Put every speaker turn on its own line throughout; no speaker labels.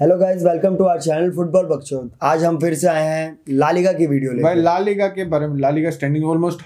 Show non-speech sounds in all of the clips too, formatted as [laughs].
Hello guys welcome to our channel football बकचोद आज हम फिर से आए हैं लालिगा की वीडियो
भाई
लेकर
ला लीगा के बारे में La Liga standing almost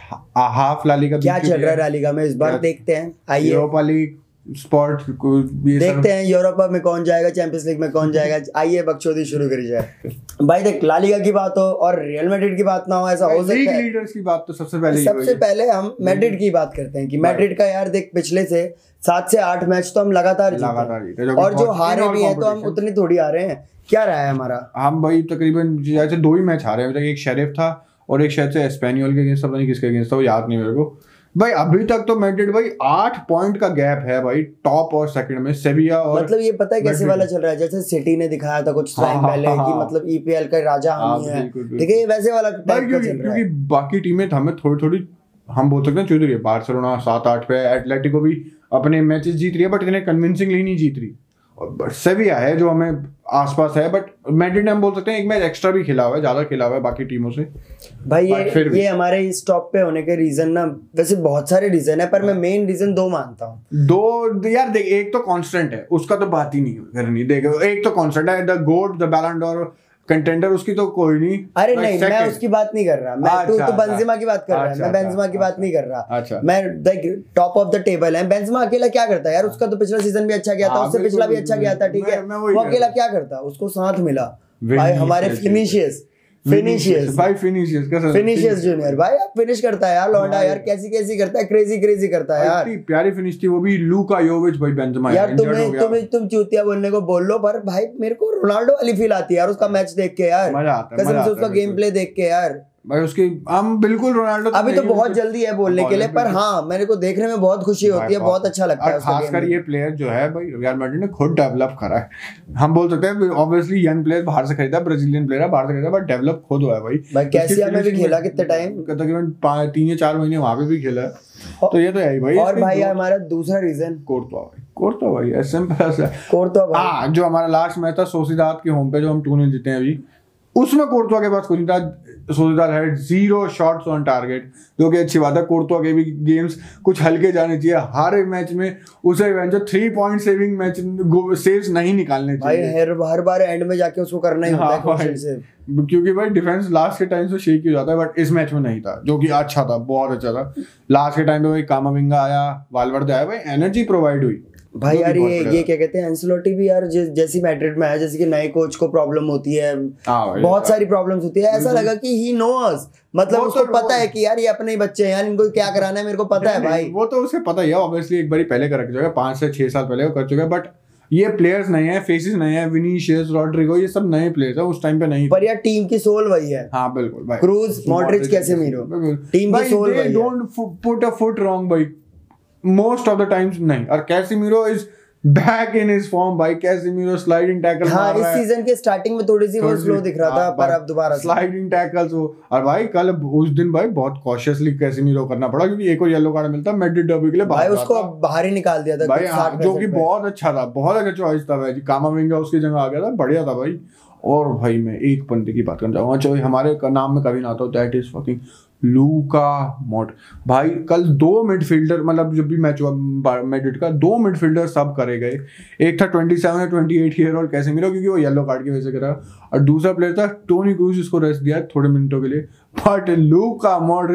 half La Liga
क्या चल रहा है लालिगा में इस बार
क्या-
देखते हैं आइए
यूरोपा लीग स्पॉट
देखते हैं यूरोपा में कौन जाएगा चैंपियंस लीग में कौन जाएगा आइए बकचोदी शुरू करी जाए भाई देख लालिगा की बात हो और रियल मैड्रिड की बात ना हो ऐसा हो
लीग
सकता है
लीडर्स की बात तो सबसे पहले ही
सबसे
होगी।
पहले हम मैड्रिड की बात करते हैं कि मैड्रिड का यार देख पिछले से सात से आठ मैच तो हम लगातार जीते हैं।
लगातार जीते हैं, जो कि
और जो
बहुत-
हारे
in all
भी हैं तो हम
competition।
उतने थोड़ी हारे हैं क्या रहा है हमारा
हम भाई तकरीबन जैसे दो ही मैच हारे हैं अभी तक एक शेरिफ था और एक शायद से एस्पेनियल के अगेंस्ट पता नहीं किसके अगेंस्ट था वो याद नहीं मेरे को भाई अभी तक तो मैड्रिड भाई आठ पॉइंट का गैप है भाई टॉप और सेकंड में सेविया और
मतलब ये पता है कैसे
Madrid।
वाला चल रहा है जैसे सिटी ने दिखाया था कुछ
हाँ,
टाइम
हाँ,
पहले कि
हाँ।
मतलब ईपीएल का राजा
हाँ,
हम ही है
बिल्कुल, बिल्कुल।
देखिए ये वैसे वाला
भाई
टाइप का
क्योंकि
चल रहा है
क्योंकि बाकी टीमें हमें थोड़ी थोड़ी हम बोल सकते हैं चुद रही है बार्सिलोना सात आठ पे एटलेटिको भी अपने मैचेस जीत रही है बट इतने कन्विंसिंगली नहीं जीत रही और but सेविया है जो हमें आसपास है बट मैड्रिड ने हम बोल सकते हैं एक मैच एक्स्ट्रा भी खिला हुआ है ज्यादा खिला हुआ है बाकी टीमों से
भाई
बट फिर
ये
भी।
ये हमारे इस टॉप पे होने के रीजन ना वैसे बहुत सारे रीजन है पर
हाँ।
मैं मेन रीजन दो मानता हूँ
दो यार देख एक तो कांस्टेंट है उसका तो बात ही नहीं करनी देख एक तो कांस्टेंट है द गोट द बैलेंड और कंटेंडर उसकी तो कोई नहीं
अरे
But
नहीं मैं
second-
उसकी बात नहीं कर रहा मैं तू
अच्छा,
तो
अच्छा।
बेंजिमा की बात कर रहा है
अच्छा,
मैं
अच्छा,
बेंजिमा की बात
अच्छा।
नहीं कर रहा
अच्छा।
मैं देख टॉप ऑफ द टेबल है बेंजिमा अकेला क्या करता है यार उसका तो पिछला सीजन भी अच्छा गया था
हाँ,
उससे
बिल्कुल,
पिछला भी अच्छा
बिल्कुल,
गया था ठीक है
मैं- मैं वही
वो
कह
अकेला
रहा
क्या करता उसको साथ मिला भाई
Vinicius
हमारे
जैसे।
फिनिशियस फिनिशियस
भाई फिनिशियस कैसा
फिनिशर्स जूनियर भाई आप फिनिश करता है यार लौंडा
भाई।
यार कैसी कैसी करता है क्रेजी क्रेजी करता है यार
इतनी प्यारी फिनिश थी वो भी लूका योविच भाई बेंजेमा
यार तो
इंजर्ड हो
तुम्हें
गया
तुम्हें तुम चूतिया बोलने को बोल लो पर भाई मेरे को रोनाल्डो वाली फील आती है यार उसका मैच देख के यार
मजा आता है,
कसम
मजा
से
आता
उसका
है,
गेम प्ले देख के यार
भाई उसके हम बिल्कुल रोनाल्डो
अभी तो
देखेंगे,
बहुत
बिल्कुल-
जल्दी है बोलने के लिए पर
बिल्कुल।
हाँ मेरे को देखने में बहुत खुशी होती है
भाई
बहुत अच्छा लगता है
और
उसका
खासकर
game।
ये प्लेयर जो है भाई रियल मैड्रिड ने खुद डेवलप करा है हम बोल सकते हैं ऑब्वियसली यंग प्लेयर बाहर से खरीदा ब्राजीलियन प्लेयर है बाहर से खरीदा बट डेवलप खुद हुआ है भाई
भाई
उसकी
कैसिया में भी
finishing
खेला कितने time?
तकरीबन पाँच- तीन या चार महीने वहां पे भी खेला है तो ये तो है ही भाई
और भाई हमारा दूसरा तो रीजन
कोर्टवा भाई कोर्टवा भाई as simple as that.
कोर्टो भाई
हाँ जो हमारा लास्ट मैच था सोसीदात के होम पे जो हम टू ने जीते हैं अभी उसमें कोर्तवा के पास कुछ नहीं था सोसीदात है जीरो शॉट्स ऑन टारगेट जो कि अच्छी बात है कोर्तवा के भी गेम्स कुछ हल्के जाने चाहिए हर एक मैच में उसे जो three point saving match saves नहीं निकालने
भाई
चाहिए
हर हर बार एंड में जाके उसको करना ही होता है
हाँ, भाई।
क्वेश्चन से
क्योंकि भाई डिफेंस लास्ट के टाइम से शेक ही हो जाता है बट इस मैच में नहीं था जो कि अच्छा था बहुत अच्छा था लास्ट के टाइम पे भाई कामाविंगा आया वालवर्ड आया भाई एनर्जी प्रोवाइड हुई
भाई
जो कि
यार
बहुत
ये
बढ़िया
ये
था।
क्या कहते हैं एंसलोटी भी यार जै- जैसी मैड्रिड में है जैसे कि नए कोच को प्रॉब्लम होती है
हाँ भाई,
बहुत
यार।
सारी प्रॉब्लम्स होती है ऐसा
बिल्कुल।
लगा कि ही नोअर्स मतलब
वो
उसको
तो-
पता है कि यार ये अपने ही बच्चे हैं यार इनको क्या कराना है मेरे को पता है
नहीं,
भाई
वो तो उसे पता ही है ऑब्वियसली एक बार पहले कर चुका है पांच से छह साल पहले वो कर चुका है बट ये प्लेयर्स नए हैं फेसेस नए हैं विनीशियस रॉड्रिगो ये सब नए प्लेयर्स हैं उस टाइम पे नहीं थे।
पर यार टीम की सोल वही है
हाँ बिल्कुल भाई
Kroos Modric Casemiro team की सोल वही है
don't put a foot wrong भाई मोस्ट ऑफ द टाइम्स नहीं और Casemiro is back in his form भाई कैसेमीरो स्लाइडिंग टैकल
हाँ इस सीजन के स्टार्टिंग में थोड़ी सी वो स्लो दिख रहा
हाँ,
था पर अब दोबारा से-
स्लाइडिंग टैकल्स वो और भाई कल उस दिन भाई बहुत कॉशियसली कैसेमीरो करना पड़ा क्योंकि एक और येलो कार्ड मिलता मैड्रिड डर्बी के लिए
भाई
बाहर
उसको
जाता।
अब बाहर ही निकाल दिया था
भाई
कुछ
हाँ,
साठ
जो
पैंसठ
कि
में।
बहुत अच्छा था बहुत अच्छा चॉइस था भाई कामाविंगा उसकी जगह आ गया था बढ़िया था भाई और भाई मैं एक बंदे की बात करना चाहूंगा जो हमारे क- नाम में कभी ना आता that is fucking Luka Modric भाई कल दो मिडफील्डर मतलब जब भी मैच हुआ मैड्रिड का दो मिडफील्डर सब करे गए एक था 27 या 28 ईयर ओल्ड कैसे मिलो क्योंकि वो येलो कार्ड की वजह से करा और दूसरा प्लेयर था टोनी क्रूज जिसको रेस्ट दिया थोड़े मिनटों के लिए but Luka Modric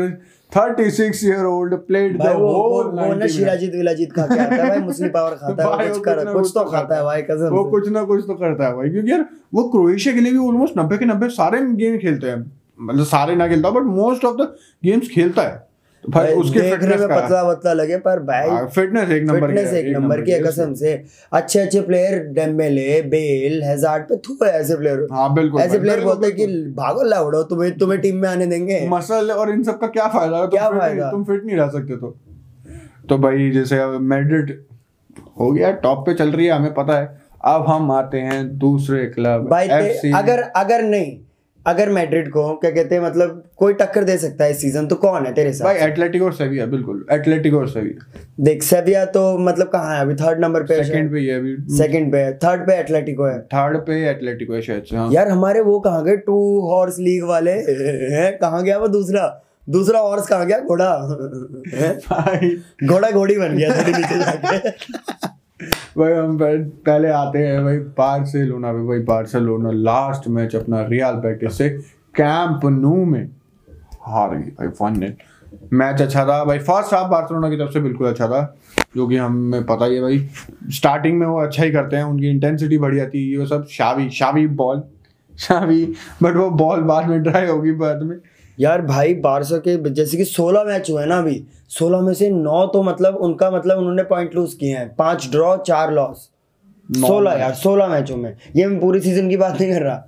36 year old played the
भाई वो वो-
होल
वो ना शिराजीत विलाजीत खा के आता है भाई मुस्लिम पावर खाता है वो
[laughs] भाई,
कुछ
वो
कर
कुछ ना
कुछ
कुछ
तो
तो
खाता है भाई कसम
वो
से।
कुछ ना कुछ तो करता है भाई क्योंकि यार वो क्रोएशिया के लिए भी ऑलमोस्ट नब्बे के नब्बे सारे गेम खेलते हैं मतलब सारे ना खेलता but most of the games खेलता है तो भाई
भाई,
उसके
देखने
फिटनेस
में
का
पतला पतला लगे पर भाई
फिटनेस एक नंबर
फिटनेस एक नंबर की है कसम से अच्छे अच्छे प्लेयर डेम्बेले बेल हैजार्ड पे थू है ऐसे प्लेयर
हाँ बिल्कुल
ऐसे प्लेयर बोलते हैं कि भागो लाउडो तुम्हें तुम्हें टीम में आने देंगे
मसल और इन सब का क्या फायदा है? तुम
क्या
fit नहीं-
फायदा?
तुम फिट नहीं रह सकते तो तो भाई जैसे अब मैड्रिड हो गया टॉप पे चल रही है हमें पता है अब हम आते हैं दूसरे क्लब
भाई ते, अगर अगर नहीं अगर मैड्रिड को क्या कहते हैं मतलब कोई टक्कर दे सकता है इस सीजन तो कौन है तेरे साथ
भाई एटलेटिको और सेविया बिल्कुल एटलेटिको और सेविया
देख सेविया तो मतलब कहाँ है अभी थर्ड नंबर पे
सेकंड पे ये अभी
सेकंड पे थर्ड पे एटलेटिको है
थर्ड पे एटलेटिको है शायद से हाँ
यार हमारे वो कहाँ गए टू हॉर्स लीग वाले [laughs] हैं कहाँ गया वो दूसरा दूसरा हॉर्स कहाँ गया घोड़ा [laughs] हैं?
भाई
घोड़ा घोड़ी बन गया थोड़ी नीचे जाके [laughs]
भाई हम पह- पहले आते हैं भाई बार्सिलोना पे भाई बार्सिलोना लास्ट मैच अपना रियल बेटिस से कैंप नू में हार गई भाई वन मैच अच्छा था भाई फर्स्ट हाफ बार्सिलोना की तरफ से बिल्कुल अच्छा था जो कि हमें पता ही है भाई स्टार्टिंग में वो अच्छा ही करते हैं उनकी इंटेंसिटी बढ़िया थी ये सब शावी शावी बॉल शावी बट वो बॉल बाद में ड्राई होगी बाद में
यार भाई बारसों के जैसे कि सोलह मैच हुए हैं ना अभी सोलह में से नौ तो मतलब उनका मतलब उन्होंने पॉइंट लूज किए हैं पांच ड्रॉ चार लॉस
नौ
सोलह
मैच।
यार सोलह मैचों में ये मैं पूरी सीजन की बात नहीं कर रहा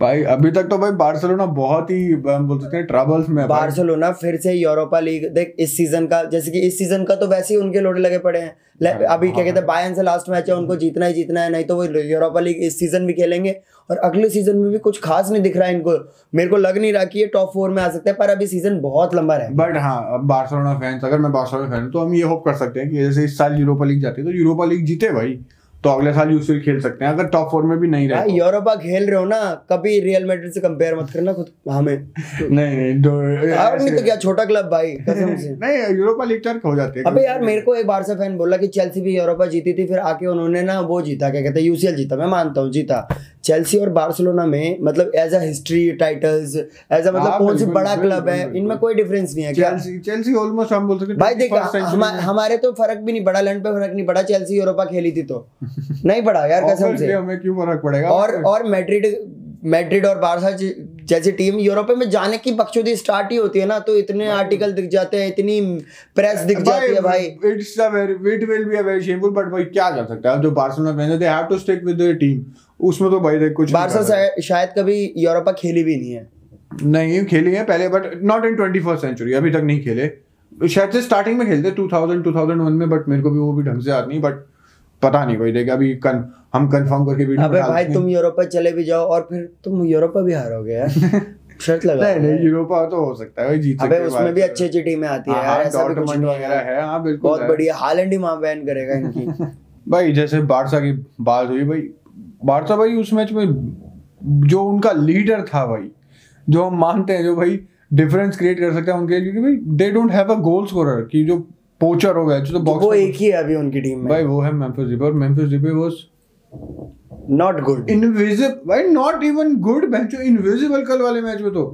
भाई अभी तक तो भाई बार्सिलोना बहुत ही हम बोल सकते हैं ट्रबल्स में है भाई।
बार्सिलोना फिर से यूरोपा लीग देख इस सीजन का जैसे कि इस सीजन का तो वैसे ही उनके लोटे लगे पड़े हैं ले-
हाँ,
अभी क्या
हाँ।
कहते हैं बायन से लास्ट मैच है उनको जीतना ही जीतना है नहीं तो वो यूरोपा लीग इस सीजन भी खेलेंगे और अगले सीजन में भी कुछ खास नहीं दिख रहा है इनको मेरे को लग नहीं रहा कि ये टॉप फोर में आ सकते हैं पर अभी सीजन बहुत लंबा है
बट हाँ अब बार्सिलोना फैंस अगर मैं बार्सिलोना फैन हूं, तो हम ये होप कर सकते हैं कि जैसे इस साल यूरोपा लीग जाती है तो यूरोपा लीग जीते भाई तो अगले साल यूसीएल खेल सकते हैं अगर टॉप फोर में भी नहीं तो- रहे
भाई यूरोपा खेल रहे हो ना कभी रियल मैड्रिड से कंपेयर मत करना खुद हमें
तो। नहीं नहीं दो
और नहीं तो
ऐसे-
क्या छोटा क्लब भाई
[laughs]
कसम से
नहीं यूरोपा लीग टर्क हो जाती है
अबे यार मेरे को एक बार से फैन बोला कि चेल्सी भी यूरोपा जीती थी फिर आके उन्होंने ना वो जीता क्या कहते हैं यूसीएल जीता मैं मानता हूँ जीता चेल्सी और बार्सिलोना में मतलब as a history titles as a मतलब
हाँ,
कौन सी
बिल्कुल,
बड़ा
बिल्कुल,
क्लब है
बिल्कुल।
इनमें कोई डिफरेंस नहीं है क्या
चेल्सी चेल्सी ऑलमोस्ट हम बोल सकते हैं
भाई देख
21st century
हमा-
में।
हमारे तो फर्क भी नहीं पड़ा लैंड पे फर्क नहीं पड़ा चेल्सी यूरोपा खेली थी
[laughs]
तो नहीं पड़ा यार कसम
Obviously
से
हमें क्यों फर्क पड़ेगा
और और मैड्रिड मैड्रिड और बारसा जै- जैसी टीम यूरोप में जाने की बकचोदी स्टार्ट ही होती है ना तो इतने आर्टिकल दिख जाते हैं इतनी प्रेस दिख जाती है भाई
it's a very it will be a very shameful but भाई क्या कर सकता है अब जो बार्सिलोना फैंस है they have to stick with their team उसमें तो भाई देख कुछ नहीं
बारसा
कर सकते।
शाय- शायद कभी यूरोपा खेली भी नहीं है
नहीं खेली है पहले but not in twenty first century अभी तक नहीं खेले शायद से स्टार्टिंग में खेलते 2000 2001 में बट मेरे को भी वो भी ढंग से याद नहीं बट पता नहीं कोई देगा अभी कन, हम कंफर्म करके वीडियो
अबे भाई तुम यूरोपा चले भी जाओ और फिर तुम यूरोपा भी हारोगे
[laughs]
यार शर्त लगा
नहीं नहीं यूरोपा तो हो सकता है भाई जीत
अबे
सकते हैं
उसमें
बात
भी
कर।
अच्छी अच्छी टीमें आती है
हाँ,
यार
हाँ,
ऐसा भी कुछ
डॉर्टमंड
नहीं है
वगैरह है हाँ बिल्कुल
बहुत
है।
बढ़िया हालैंड ही वहां बैन करेगा
[laughs]
इनकी तो
भाई जैसे बारसा की बात हुई भाई बारसा भाई उस मैच में जो उनका लीडर था भाई जो हम मानते हैं जो भाई डिफरेंस क्रिएट कर सकते हैं उनके लिए क्योंकि भाई they don't have a goal scorer कि जो पोचर हो गया जो तो बॉक्स
वो एक ही है अभी उनकी टीम में
भाई वो है मेम्फिस डिपे और Memphis Depay was
not good
invisible भाई not even good match invisible कल वाले मैच में तो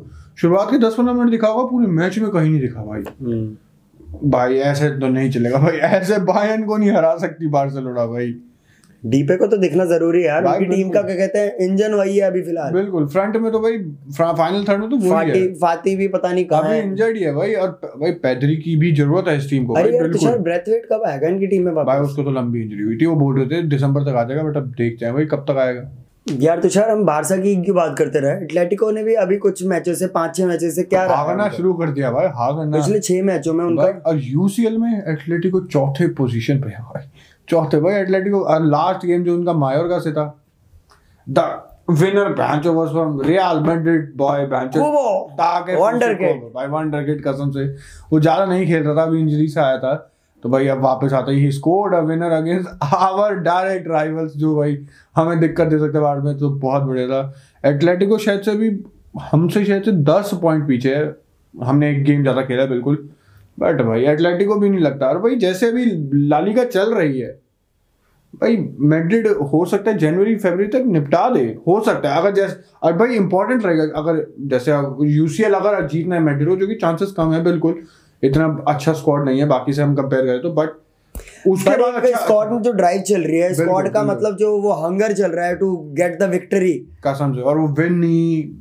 शुरुआत के 10 15 मिनट दिखा होगा पूरे मैच में कहीं नहीं दिखा भाई
हम्म।
भाई ऐसे तो नहीं चलेगा भाई ऐसे बायन को नहीं हरा सकती बार्सिलोना भाई
डीपे को तो दिखना जरूरी है यार
भाई
उनकी टीम का
बिल्कुल।
क्या कहते हैं इंजन वही है अभी फिलहाल
बिल्कुल फ्रंट में तो भाई फाइनल थर्ड में तो वो ही है
फाटी फाती भी पता नहीं कहाँ
काफी
है
इंजर्ड ही है भाई और प- भाई पैदरी की भी जरूरत है इस टीम को
अरे
भाई
यार तो
बिल्कुल
तुषार ब्रेथवेट कब आएगा इनकी टीम में
भाई
वापस
उसको तो लंबी इंजरी हुई थी वो बोल रहे थे दिसंबर तक आ जाएगा बट अब देखते हैं भाई कब तक आएगा
यार तुषार हम बारसा की की बात करते रहे एटलेटिको ने भी अभी कुछ मैचों से पांच छह मैचों से क्या रहा है
हागना
उनका?
शुरू कर दिया भाई हागना
पिछले छह मैचों में उनका
भाई, और यूसीएल में एटलेटिको चौथे पोजीशन पे है भाई चौथे भाई एटलेटिको और लास्ट गेम जो उनका मायोरगा से था द विनर बैंचो was from Real Madrid boy बैंचो ताके
कुबो वंडर के
फुसिको। भाई वंडर किड कसम से वो ज्यादा नहीं खेल रहा था अभी इंजरी से आया था तो भाई अब वापस आता ही scored a winner against our direct rivals जो भाई हमें दिक्कत दे सकते हैं बाद में तो बहुत बढ़िया था एटलेटिको शायद से भी हमसे शायद से दस पॉइंट पीछे है हमने एक गेम ज़्यादा खेला बिल्कुल बट भाई एटलेटिको भी नहीं लगता और भाई जैसे अभी लालिका चल रही है भाई मैड्रिड हो सकता है जनवरी फरवरी तक निपटा दे हो सकता है अगर जैसे और भाई इंपॉर्टेंट रहेगा अगर जैसे यूसीएल अगर जीतना है मैड्रिड को जो कि चांसेस कम है बिल्कुल इतना अच्छा स्क्वाड नहीं है बाकी से हम कंपेयर करें तो बट उसके
पर
बाद
इनका
अच्छा-
स्कॉट में जो ड्राइव चल रही है
बिल्कुल,
स्कॉट का
बिल्कुल। अच्छा,
मतलब जो वो हंगर चल रहा है टू गेट द विक्ट्री
कसम से और वो विनी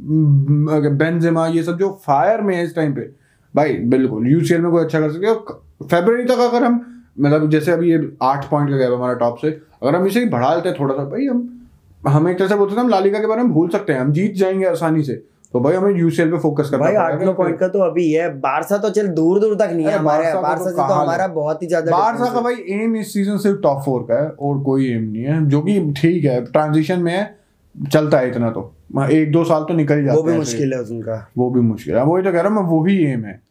बेंजेमा ये सब जो फायर में है इस टाइम पे भाई बिल्कुल यूसीएल में कोई अच्छा कर सकते फेबर तक अगर हम मतलब जैसे अभी ये आठ पॉइंट का गैप हमारा टॉप से अगर हम इसे बढ़ा लेते हैं थोड़ा सा भाई हम हम एक तरह से बोलते हैं हम लालिका के बारे में भूल सकते हैं हम जीत जाएंगे आसानी से तो भाई हमें यूसीएल पे फोकस करना
भाई आठ नौ
पड़ेगा।
पॉइंट का तो अभी है बारसा तो चल दूर दूर तक नहीं है
अरे,
हमारे
बारसा का
बारसा
तो
से तो
कहाँ
हमारा बहुत ही ज्यादा
बारसा
difference
का मतलब
है।
भाई एम इस सीजन सिर्फ टॉप फोर का है और कोई एम नहीं है जो कि ठीक है ट्रांजिशन में है चलता है इतना तो एक दो साल तो निकल ही जाते
वो भी
हैं ऐसे ही।
मुश्किल है उनका
वो भी मुश्किल है वही तो कह रहा हूँ मैं वही एम है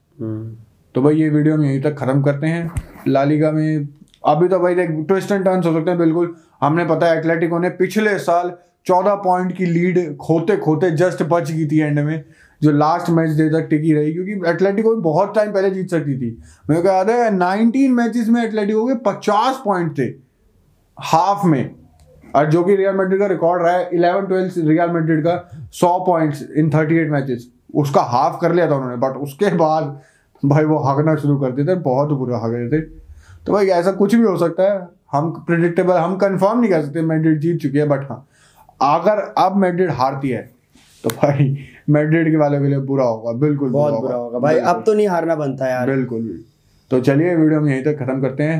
तो भाई ये वीडियो हम यहीं तक खत्म करते हैं लालिगा में अभी तो भाई देख ट्विस्ट एंड टर्न्स हो सकते हैं बिल्कुल हमने पता है एटलेटिको ने पिछले साल चौदह पॉइंट की लीड खोते खोते जस्ट बच गई थी एंड में जो लास्ट मैच देर तक टिकी रही क्योंकि एटलेटिको भी बहुत टाइम पहले जीत सकती थी मेरे को याद है नाइनटीन मैचेस में एटलेटिको के पचास पॉइंट थे हाफ में और जो कि रियल मैड्रिड का रिकॉर्ड रहा है इलेवन ट्वेल्व रियल मैड्रिड का सौ points in thirty eight matches उसका हाफ कर लिया था उन्होंने बट उसके बाद भाई वो हगना शुरू कर देते बहुत बुरा हग रहे थे तो भाई ऐसा कुछ भी हो सकता है हम प्रिडिक्टेबल हम कंफर्म नहीं कर सकते मैड्रिड जीत चुकी है बट हाँ अगर अब मैड्रिड हारती है तो भाई मैड्रिड के वालों के लिए बुरा होगा बिल्कुल
बहुत बुरा होगा भाई अब तो नहीं हारना बनता यार
बिल्कुल भी। तो चलिए वीडियो हम यहीं तक खत्म करते हैं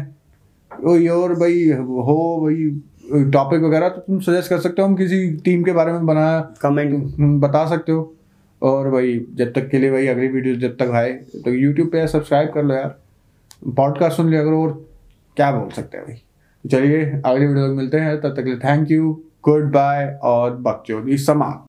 ओ ये और भाई हो भाई टॉपिक वगैरह तो तुम सजेस्ट कर सकते हो हम किसी टीम के बारे में बना
कमेंट
तुम बता सकते हो और भाई जब तक के लिए भाई अगली वीडियो जब तक आए तो यूट्यूब पे सब्सक्राइब कर लो यार पॉडकास्ट सुन लिया करो और क्या बोल सकते हैं भाई चलिए अगली वीडियो तक मिलते हैं तब तक के लिए थैंक यू गुड बाय और बकचोदी समाप्त